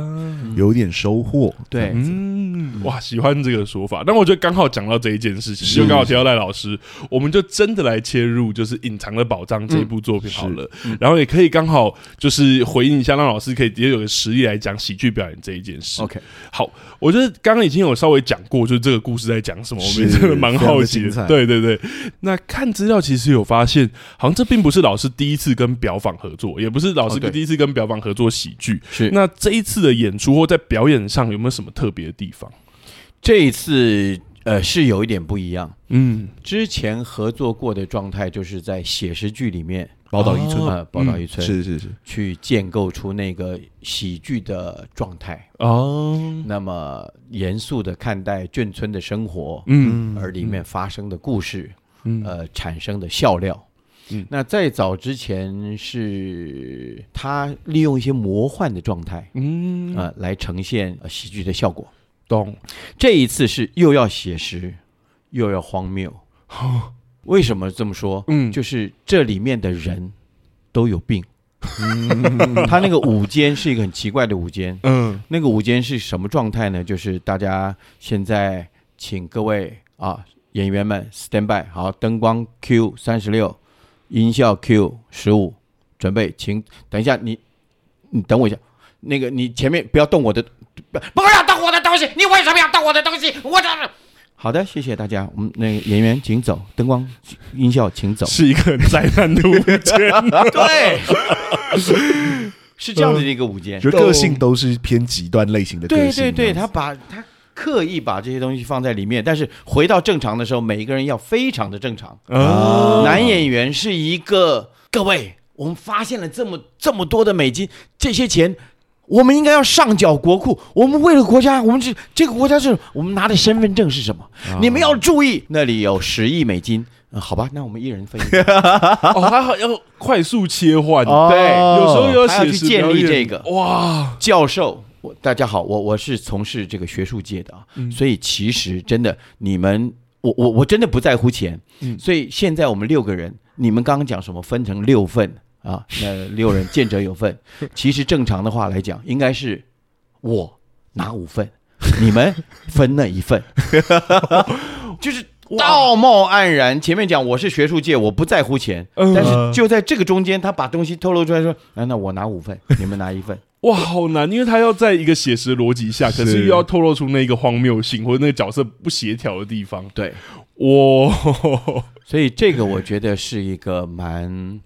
有点收获。
对，
嗯，哇，喜欢这个说法。但我觉得刚好讲到这一件事情，就刚好提到赖老师，我们就真的来切入就是《隐藏的宝藏》这一
嗯
部作品好了，然后也可以刚好就是回应一下，让老师可以也有个实力来讲喜剧表演这一件事。
OK，
好，我觉得刚刚已经有稍微讲过，就是这个故事在讲什么，我
是
们真的蛮好奇
非常的精彩
的。对对对，那看资料其实有发现，好像这并不是老师第一次跟表坊合作，也不是老师
哦对
第一次跟表坊合作喜剧。
是
那这一次的演出或在表演上有没有什么特别的地方？
这一次呃是有一点不一样。
嗯，
之前合作过的状态，就是在写实剧里面
宝岛一村
哦
呃，宝
嗯
岛一村、
是是是，
去建构出那个喜剧的状态，
哦，
那么严肃的看待眷村的生活，
嗯
而里面发生的故事，
嗯
呃，产生的笑料。
嗯
那在早之前是他利用一些魔幻的状态，
嗯，
呃，来呈现呃喜剧的效果。
懂，
这一次是又要写实，又要荒谬。 为什么这么说？
嗯
就是这里面的人都有病。他那个午间是一个很奇怪的午间，
嗯
那个午间是什么状态呢？就是大家现在请各位啊演员们 stand by，好，灯光 Q 三十六，音效 Q 十五，准备，请等一下你，你等我一下，那个你前面不要动我的，不不要动我的东西，你为什么要动我的东西？我的。好的，谢谢大家。我们那个演员请走，灯光、音效请走。
是一个很灾难的物 件。
对， 是这样子的一个午间。
觉得个性都是偏极端类型的个
对
性。
哎
啊
对对，
这样
他把他刻意把这些东西放在里面，但是回到正常的时候，每一个人要非常的正常。
啊，
哦
男演员是一个，各位，我们发现了这么这么多的美金，这些钱。我们应该要上缴国库。我们为了国家，我们这这个国家是我们拿的身份证是什么？
哦
你们要注意，那里有十亿美金。呃好吧，那我们一人分一半。
哦，他好要快速切换，
哦
对
有时候要
他
写
要去
实
建
表
立
演
这个
哇，
教授，我大家好，我我是从事这个学术界的啊，所以其实真的你们，我我我真的不在乎钱，所以现在我们六个人，你们刚刚讲什么分成六份啊？那六人见者有份，其实正常的话来讲，应该是我拿五份，你们分那一份，就是。道貌岸然，前面讲我是学术界，我不在乎钱，
嗯
但是就在这个中间，他把东西透露出来说，啊，那我拿五份，你们拿一份，
哇，好难，因为他要在一个写实的逻辑下，可
是
是又要透露出那个荒谬性或者那个角色不协调的地方。
对，
哇，
所以这个我觉得是一个蛮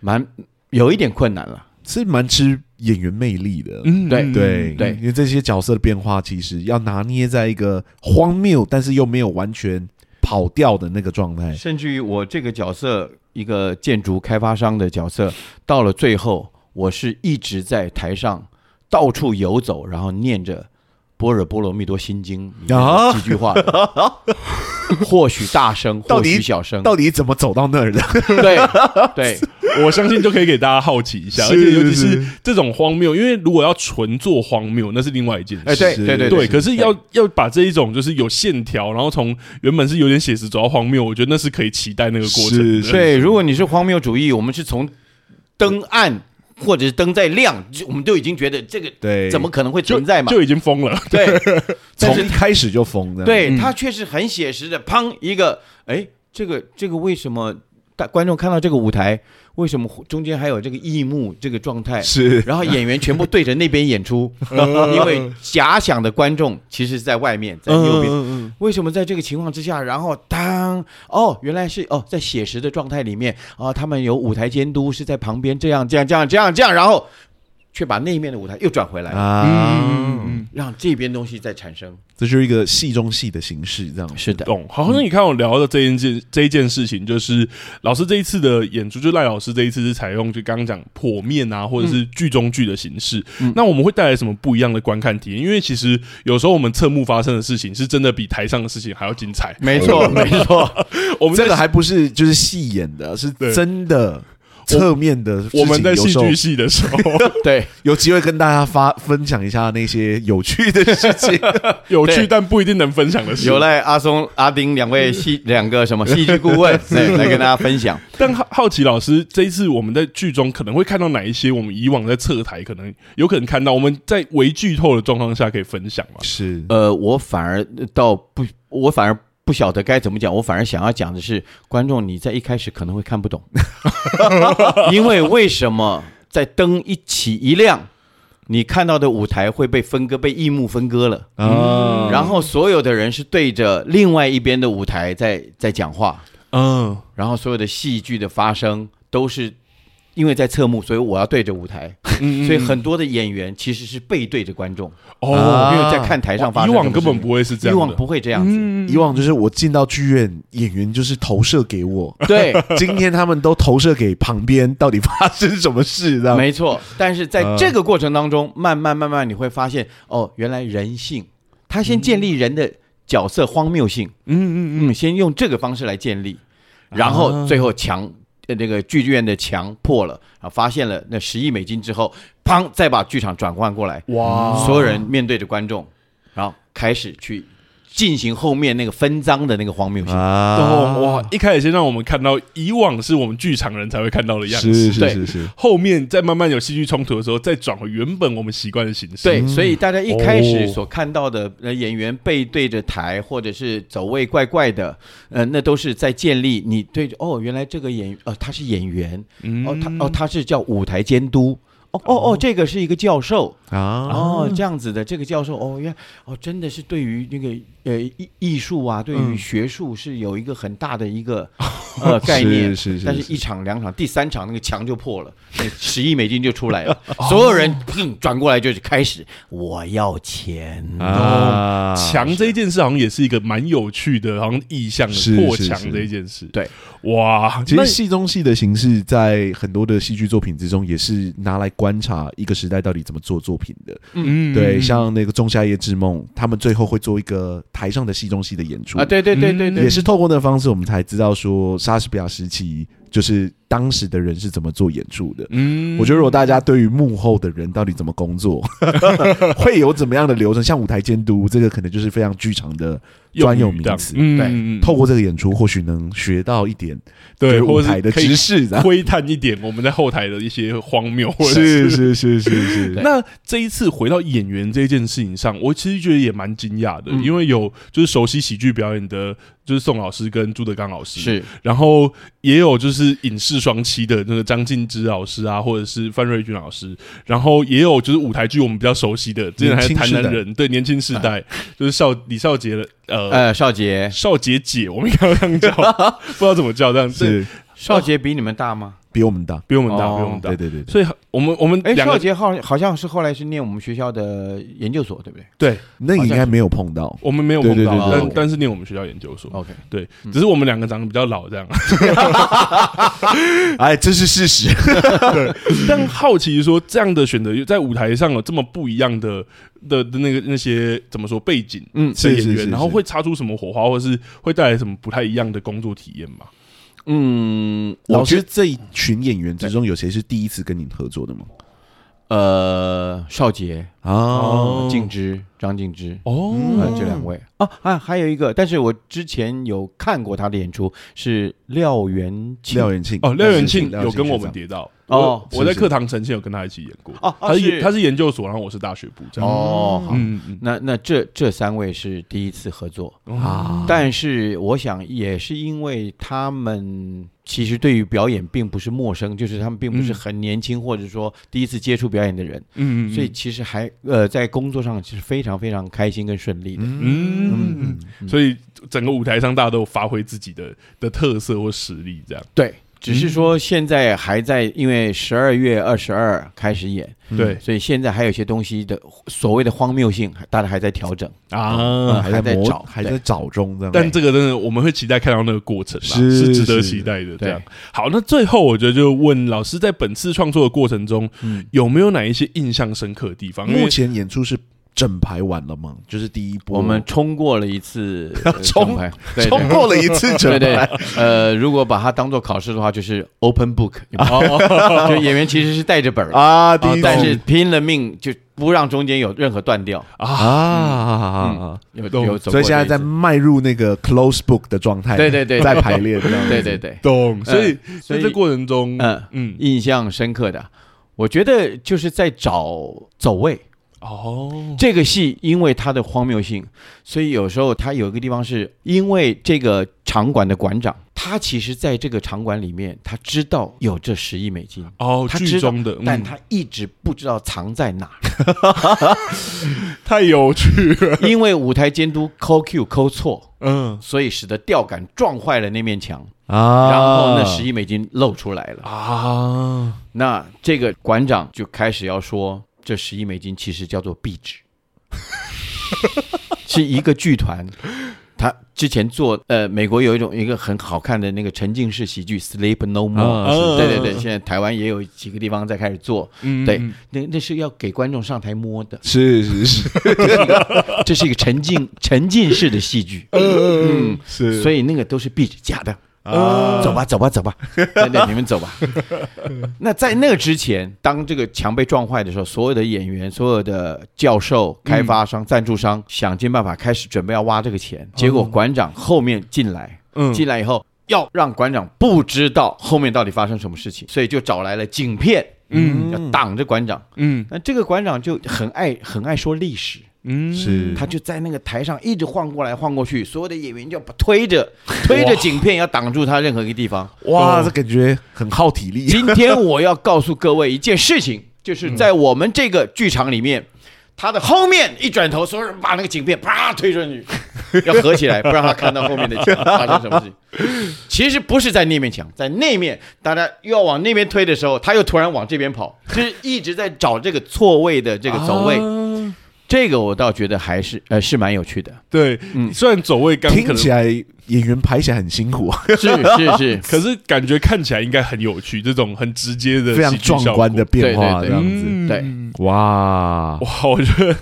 蛮有一点困难了。
是蛮吃演员魅力的。
嗯
对
对
对
因为这些角色的变化，其实要拿捏在一个荒谬，但是又没有完全跑掉的那个状态。
甚至于我这个角色，一个建筑开发商的角色，到了最后，我是一直在台上到处游走，然后念着《般若波罗蜜多心经》里面的几句话的，或许大声，
到
或
底
许小声，
到底怎么走到那儿的？
对对，
我相信就可以给大家好奇一 下，
是
而且尤其
是
是这种荒谬，因为如果要纯做荒谬，那是另外一件事。
哎对
是
对对
对，可是要要把这一种就是有线条，然后从原本是有点写实走到荒谬，我觉得那是可以期待那个过程。
是
对，如果你是荒谬主义，我们是从灯暗或者是灯在亮，就我们都已经觉得这个
对，
怎么可能会
就
存在嘛？
就已经疯了。
对
从
但是
一开始就疯的？，
对，
嗯
它确实很写实的，砰一个，哎，这个这个为什么大观众看到这个舞台，为什么中间还有这个异幕这个状态？
是
然后演员全部对着那边演出，因为假想的观众其实是在外面，在右边。
嗯
为什么在这个情况之下，然后当哦，原来是哦，在写实的状态里面啊、他们有舞台监督是在旁边这样这样这样这样这样，然后却把那一面的舞台又转回来，
啊，
嗯，
让这边东西再产生。
这就是一个戏中戏的形式，这样
是的，
懂。好，那你看我聊的这一件这一件事情，就是老师这一次的演出，就赖老师这一次是采用就刚刚讲破面啊，或者是剧中剧的形式。
嗯
那我们会带来什么不一样的观看体验？因为其实有时候我们侧幕发生的事情，是真的比台上的事情还要精 彩。
没错，没错。
我们在
这个还不是就是戏演的，是
对
真的侧面的事情。
我们在
有
戏
时候
剧系的时候，
对，
有机会跟大家发分享一下那些有趣的事 情。
有 趣
对
但不一定能分享的事。
有赖阿松、阿丁两位戏两个什么戏剧顾 问，对，来跟大家分享。
但好好奇老师，这一次我们在剧中可能会看到哪一些我们以往在侧台可能有可能看到，我们在微剧透的状况下可以分享吗？
是
呃，我反而倒不，我反而不晓得该怎么讲，我反而想要讲的是，观众你在一开始可能会看 不懂， 因为为什么在灯一起一亮，你看到的舞台会被分割，被一幕分割了，
啊，
然后所有的人是对着另外一边的舞台在在讲话，
嗯，
然后所有的戏剧的发生都是。因为在侧幕，所以我要对着舞台，
嗯
所以很多的演员其实是背对着观众，
哦，
啊
因为在看台上发
以
生什么事
往
情。
根本不会是这
以
样的，嗯
往不会这样子。
以往就是我进到剧院，演员就是投射给 我。
对，
今天他们都投射给旁边，到底发生什么事？这样
没错。但是
嗯
在这个过程当中，慢慢慢慢你会发现，哦，原来人性，他先建立人的角色荒谬性，
嗯嗯
嗯，先用这个方式来建立，然后最后墙。呃，那个剧院的墙破了啊，发现了那十亿美金之后，砰，再把剧场转换过来，
嗯，哇，
所有人面对着观众，然后开始去进行后面那个分赃的那个荒谬性。
啊
哦哇，一开始先让我们看到以往是我们剧场人才会看到的样子，
是是
对
是是，
后面再慢慢有戏剧冲突的时候，再转回原本我们习惯的形式。
对，所以大家一开始
哦
所看到的呃演员背对着台，或者是走位怪怪的，呃，那都是在建立你对着哦，原来这个演呃他是演员，
嗯
哦他哦他是叫舞台监督。哦哦哦，这个是一个教授
啊，
哦，这样子的这个教授哦，原来哦，真的是对于那个呃艺艺术啊，对于学术是有一个很大的一 个呃概念，
是是是
但是一场两场，第三场那个墙就破了，那十亿美金就出 来了，哦所有人砰转过来就开始我要钱，
啊，
墙这一件事好像也是一个蛮有趣的，好像意向
是
的破
是
墙
是
这一件事。
对，
哇，
其
那
实戏中戏的形式，在很多的戏剧作品之中，也是拿来观察一个时代到底怎么做作品的。
嗯
对，像那个《仲夏夜之梦》，他们最后会做一个台上的戏中戏的演出
啊，，对对对对对，
也是透过那个方式，我们才知道说莎士比亚时期就是当时的人是怎么做演出的。
嗯
我觉得，如果大家对于幕后的人到底怎么工作， 会有怎么样的流程，像舞台监督，这个可能就是非常剧场的专有名词。
对
嗯，
透 过这个演出，或许能学到一点
对，
舞
或者
台
是
的
可
知
以
识，然后
窥探一点我们在后台的一些荒谬，或者
是是是是 是，
那这一次回到演员这件事情上，我其实觉得也蛮惊讶
嗯
的，因为有就是熟悉喜剧表演的，就是宋老师跟朱德刚老师，
是
然后也有就是影视双栖的那个张静之老师啊，或者是范瑞军老师，然后也有就是舞台剧我们比较熟悉的，之前还是台南人，对年轻世代，就是少李少杰的 呃。
呃少杰，
少杰姐，我们应该要这 样叫，不知道怎么叫，这样这
是
少杰比你们大吗？
比我们大，
比我们大，
哦
比我们大
对。对对对，
所以我们我们
哎，
两
少
个
杰好好像是后来是念我们学校的研究所，对不对
对，
那你应该没有碰到，
我们没有
对
碰
对
到，啊
对对
但
对
但是念我们学校研究所，
？OK，
对，只是我们两个长得比较老这样。
哎，这是事 实。
但好奇说，这样的选择在舞台上有这么不一样的的的那个那些怎么说背景
嗯
的
是
演
是是
员，然后
是
会擦出什么火花，或是会带来什么不太一样的工作体验吗？
嗯，
老
我觉
师，
得
这一群演员之中，有谁是第一次跟你合作的吗？
呃少杰
哦，
哦
嗯静之张静之，
哦
呃，这两位啊啊，还有一个，但是我之前有看过他的演出，是廖元庆。
廖元庆，
哦，廖元庆
廖
有跟我们
学长
叠到，
哦
我我在课堂呈现有跟他一起演过。
哦哦
他
是
是他是研究所，然后我是大学部这样。
哦，好，
嗯嗯，
那那这这三位是第一次合作，
嗯
啊，
但是我想也是因为他们其实对于表演并不是陌生，就是他们并不是
嗯
很年轻，或者说第一次接触表演的人，
嗯嗯，
所以其实还呃在工作上是非常非常开心跟顺利的。
嗯，所以整个舞台上大家都有发挥自己的的特色或实力，这样
对，嗯只是说现在还在，因为十二月二十二开始演，
对
所以现在还有一些东西的所谓的荒谬性，大家还在调整。
嗯
啊。
还在
还在
磨
找
还
对
在找中这样，
但这个真的，我们会期待看到那个过程啦，
是
是值得
是
期待的。这
对
样好，那最后我觉得就问老师，在本次创作的过程中，有没有哪一些印象深刻的地方？因为
嗯哎目前演出是整排完了吗？就是第一波，
我们冲过了一 次呃
冲
正牌对
冲过了一次整
对对
排，，
呃，如果把它当做考试的话，就是 open book，
哦，
就演员其实是带着本儿的，
啊，第一次
哦但是拼了命就不让中间有任何断掉，
嗯
啊，
有
懂
有走过这一次。
所以现在在迈入那个 close book 的状态，
对对对
在排练这样子，
对对对，
懂。所
嗯
以
所
在
以
这过程中，嗯
嗯
嗯，
印象深刻的，我觉得就是在找走位。
哦，
这个戏因为它的荒谬性，所以有时候它有一个地方是因为这个场馆的馆长，他其实在这个场馆里面，他知道有这十亿美金。
哦，
他
剧
知道
中的，，
但
嗯
他一直不知道藏在哪，
太有趣 了，
因为舞台监督抠 Q 抠错，
嗯
所以使得吊杆撞坏了那面墙，
啊，
然后那十亿美金露出来了。
啊，
那这个馆长就开始要说，这十亿美金其实叫做壁纸， 是一个剧团。他之前做呃，美国有一种一个很好看的那个沉浸式喜剧《Sleep No More
啊》
是
对对对，现在台湾也有几个地方在开始做，
嗯
对，那那是要给观众上台摸的，
是是是，
这是一个沉浸沉浸式的戏剧，
嗯，是
所以那个都 是壁纸假的。
啊
走吧，走吧，走吧， 等等，你们走吧。那在那之前，当这个墙被撞坏的时候，所有的演员、所有的教授、开发商、赞助商想尽办法开始准备要挖这个钱，结果馆长后面进来，
嗯
进来以后要让馆长不知道后面到底发生什么事情，所以就找来了警片，
嗯
要挡着馆长。
嗯
那这个馆长就很爱很爱说历史，
嗯
是
他就在那个台上一直晃过来晃过去，所有的演员就把推着推着景片要挡住他任何一个地方。
哇，这感觉很耗体 力，
今天我要告诉各位一件事情，就是在我们这个剧场里面，他的后面一转头，所有人把那个景片啪推出 去，要合起来，不让他看到后面的墙发生什么事情。其实不是在那面墙，在那面，大家又要往那边推的时候，他又突然往这边跑，就是一直在找这个错位的这个走位。
啊
这个我倒觉得还是呃是蛮有趣的。
对，虽然走位刚可
嗯听
能，
起来演员排起来很辛苦，啊
是是是
可是感觉看起来应该很有趣，这种很直接的
非常
戏剧
壮
效
观
果
的变化这
对对对
样子，
嗯
对
哇，
哇，我觉得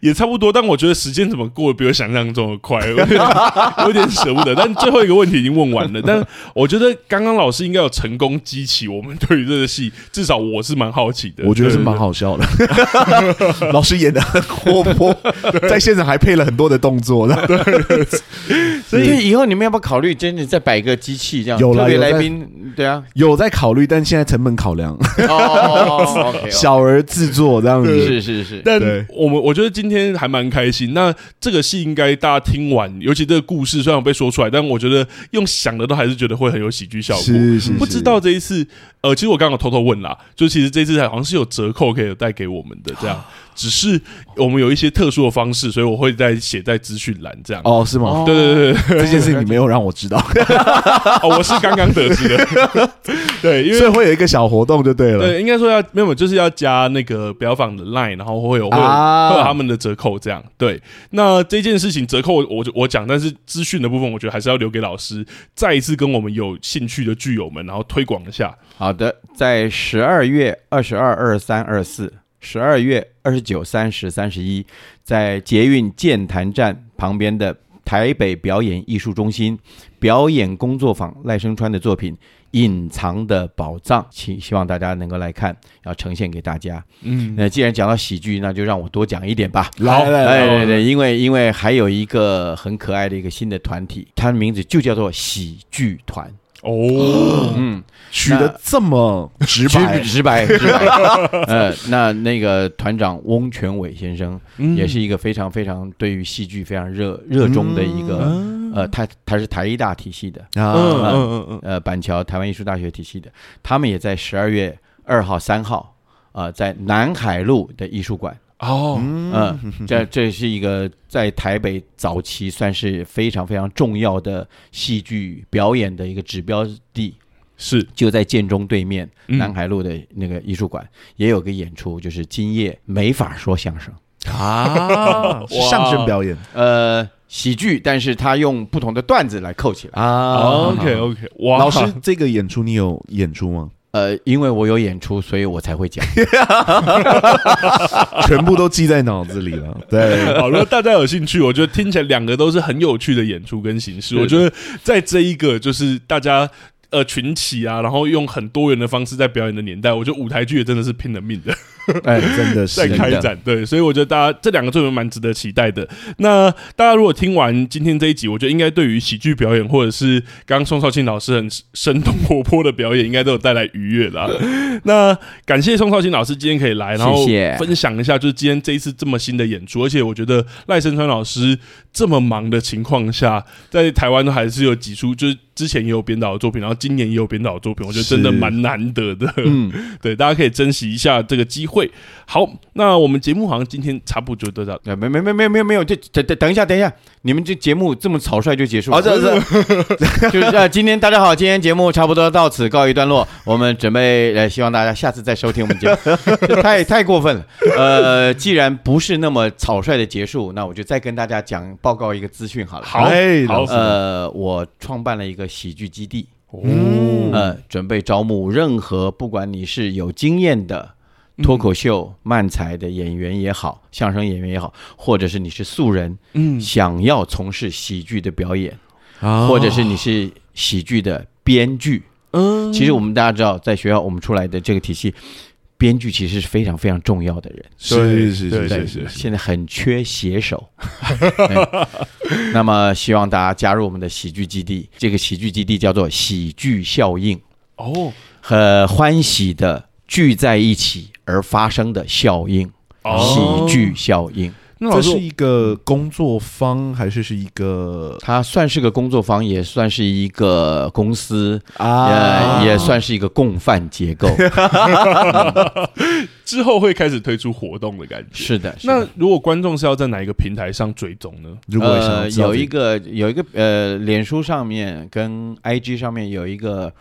也差不多，但我觉得时间怎么过得比我想象中的快，我觉得有点舍不得。但最后一个问题已经问完了，但我觉得刚刚老师应该有成功激起我们对于这个戏，至少我是蛮好奇的。
我觉得是
对
蛮。好笑的，老师演的很活泼，在现场还配了很多的动作的，
所以以后你们要不要考虑，真的再摆个机器这样？
有啦
特别
有
来
在
宾，对啊，
有在考虑，但现在成本考量，
哦哦，OK，
小而制作这样子，
是是是，
但
对
我们我觉得今天还蛮开心。那这个戏应该大家听完，尤其这个故事虽然有被说出来，但我觉得用想的都还是觉得会很有喜剧效果。
是是，
不知道这一次，呃，其实我刚刚有偷偷问啦，就其实这次好像是有折扣可以带给我们的，这
哦
样， 只是我们有一些特殊的方式，所以我会再写在资讯栏这样。哦，
哦，是吗？
对对对对，
这件事情你没有让我知道，
哦，我是刚刚得知的， 对，因
所以
为。
会有一个小活动就对了。
对，应该说要没有，就是要加那个表坊的 line，然后会有会有、
啊
会有他们的折扣这样。对，那这件事情折扣我我我讲，但是资讯的部分我觉得还是要留给老师，再一次跟我们有兴趣的剧友们，然后推广一下。
好的，在十二月二十二、二三、二四，十二月二十九、三十、三十一，在捷运健谈站旁边的台北表演艺术中心表演工作坊赖声川的作品《隐藏的宝藏》，希希望大家能够来看，要呈现给大家。
嗯，
那既然讲到喜剧，那就让我多讲一点吧。
来
好
来
哎，
来，
对对，因为因为还有一个很可爱的一个新的团体，它的名字就叫做喜剧团。
哦，
嗯，
取得这么直 白，
直白，直白。呃，那那个团长翁全伟先生
嗯
也是一个非常非常对于戏剧非常热热衷的一个，呃，他他是台艺大体系的，
嗯
啊，
嗯嗯嗯，
呃，板桥台湾艺术大学体系的，他们也在十二月二号、三号，啊，在南海路的艺术馆，
哦，
嗯，这这是一个在台北早期算是非常非常重要的戏剧表演的一个指标地，
是
就在建中对面
嗯
南海路的那个艺术馆，也有个演出，就是今夜没法说相声，
啊，是相声表演
呃，喜剧，但是他用不同的段子来扣起来。
啊。
OK OK，哇，
老师，这个演出你有演出吗？
呃，因为我有演出，所以我才会讲。
全部都记在脑子里了。对，
好，如果大家有兴趣，我觉得听起来两个都是很有趣的演出跟形式。我觉得在这一个就是大家。呃，群起啊，然后用很多元的方式在表演的年代，我觉得舞台剧也真的是拼了命的。
哎，
真的
在
是
的
开展，对，所以我觉得大家这两个作品蛮值得期待的。那大家如果听完今天这一集，我觉得应该对于喜剧表演或者是刚刚宋少卿老师很生动活泼的表演，应该都有带来愉悦 啦。那感谢宋少卿老师今天可以来，然后
谢谢
分享一下就是今天这一次这么新的演出，而且我觉得赖声川老师这么忙的情况下，在台湾都还是有几出就是。之前也有编导的作品，然后今年也有编导的作品，我觉得真的
是
蛮难得的。
嗯，
对，大家可以珍惜一下这个机会。好，那我们节目好像今天差不多就到这。
呃没没没没没有没有，这等等等一下，等一下，你们这节目这么草率就结束了？
好，这是
就是呃，今天大家好，今天节目差不多到此告一段落，我们准备呃，希望大家下次再收听我们节目，这太太过分了。呃，既然不是那么草率的结束，那我就再跟大家讲报告一个资讯好了。
好，
哎
好
老，师
呃，我创办了一个喜剧基地，
哦，
呃，准备招募任何不管你是有经验的脱口
嗯
秀、漫才的演员也好，相声演员也好，或者是你是素人，
嗯，哦
想要从事喜剧的表演，
啊
或者是你是喜剧的编剧。
嗯，
其实我们大家知道，在学校我们出来的这个体系，编剧其实是非常非常重要的人，
是是
对对
是是
是
是，
现在很缺写手。 哎那么希望大家加入我们的喜剧基地，这个喜剧基地叫做喜剧效应，
哦，
和欢喜的聚在一起而发生的效应，
哦
喜剧。效应。
那老
这
师
是，一个工作坊还是是一个
它算是个工作坊，也算是一个公司，
啊？
呃，也算是一个共犯结 构。
之后会开始推出活动的感觉。
是的，是的
那如果观众是要在哪一个平台上追踪呢？
如果想要
呃，
知道
有
这
一个有一个呃，脸书上面跟 IG 上面有一个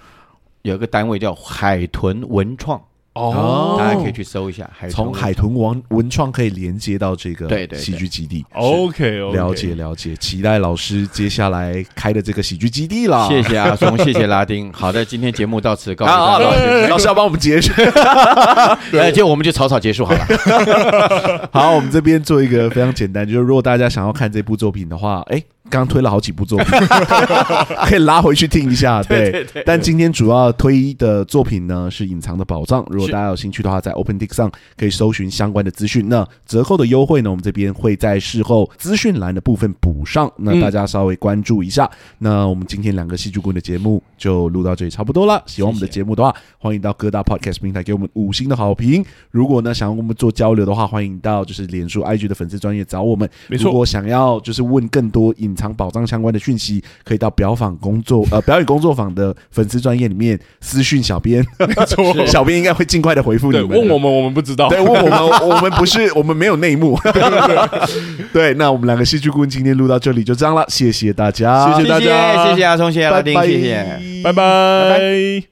有一个单位叫海豚文创，
哦，
大家可以。去搜一下。海豚
从海豚王文创可以连接到这个
对对对
喜剧基地。
OK，
了解。了解，期待老师接下来开的这个喜剧基地啦。
谢谢阿松，谢谢拉丁。好的，今天节目到此告一
啊，老
段落。
师老师要帮我们结 束。
呃，就我们就草草结束好了。
好，我们这边做一个非常简单，就是如果大家想要看这部作品的话，哎，刚推了好几部作品， 可以拉回去听一下。对对对。但今天主要推的作品呢是《隐藏的宝藏》，如果
是
大家有兴趣的话，在 OpenDick 上可以搜寻相关的资讯。那折扣的优惠呢，我们这边会在事后资讯栏的部分补上，那大家稍微关注一下。那我们今天两个戏剧顾问的节目就录到这里差不多了。喜欢我们的节目的话，欢迎到各大 podcast 平台给我们五星的好评。如果呢想要跟我们做交流的话，欢迎到就是脸书、IG 的粉丝专业找我们。
没错
如果想要就是问更多隐藏宝藏相关的讯息，可以到表坊工作呃表演工作坊的粉丝专业里面私讯小编，
错
小编应该会尽快的回复你
对，
们的。
问我们，我们不知道。
对，问我们，我们不是，我们没有 内幕。对，那我们两个戏剧顾问今天录到这里就这样了，谢谢大家，
谢谢大家
谢谢阿松，谢谢拉丁，谢谢。
拜拜。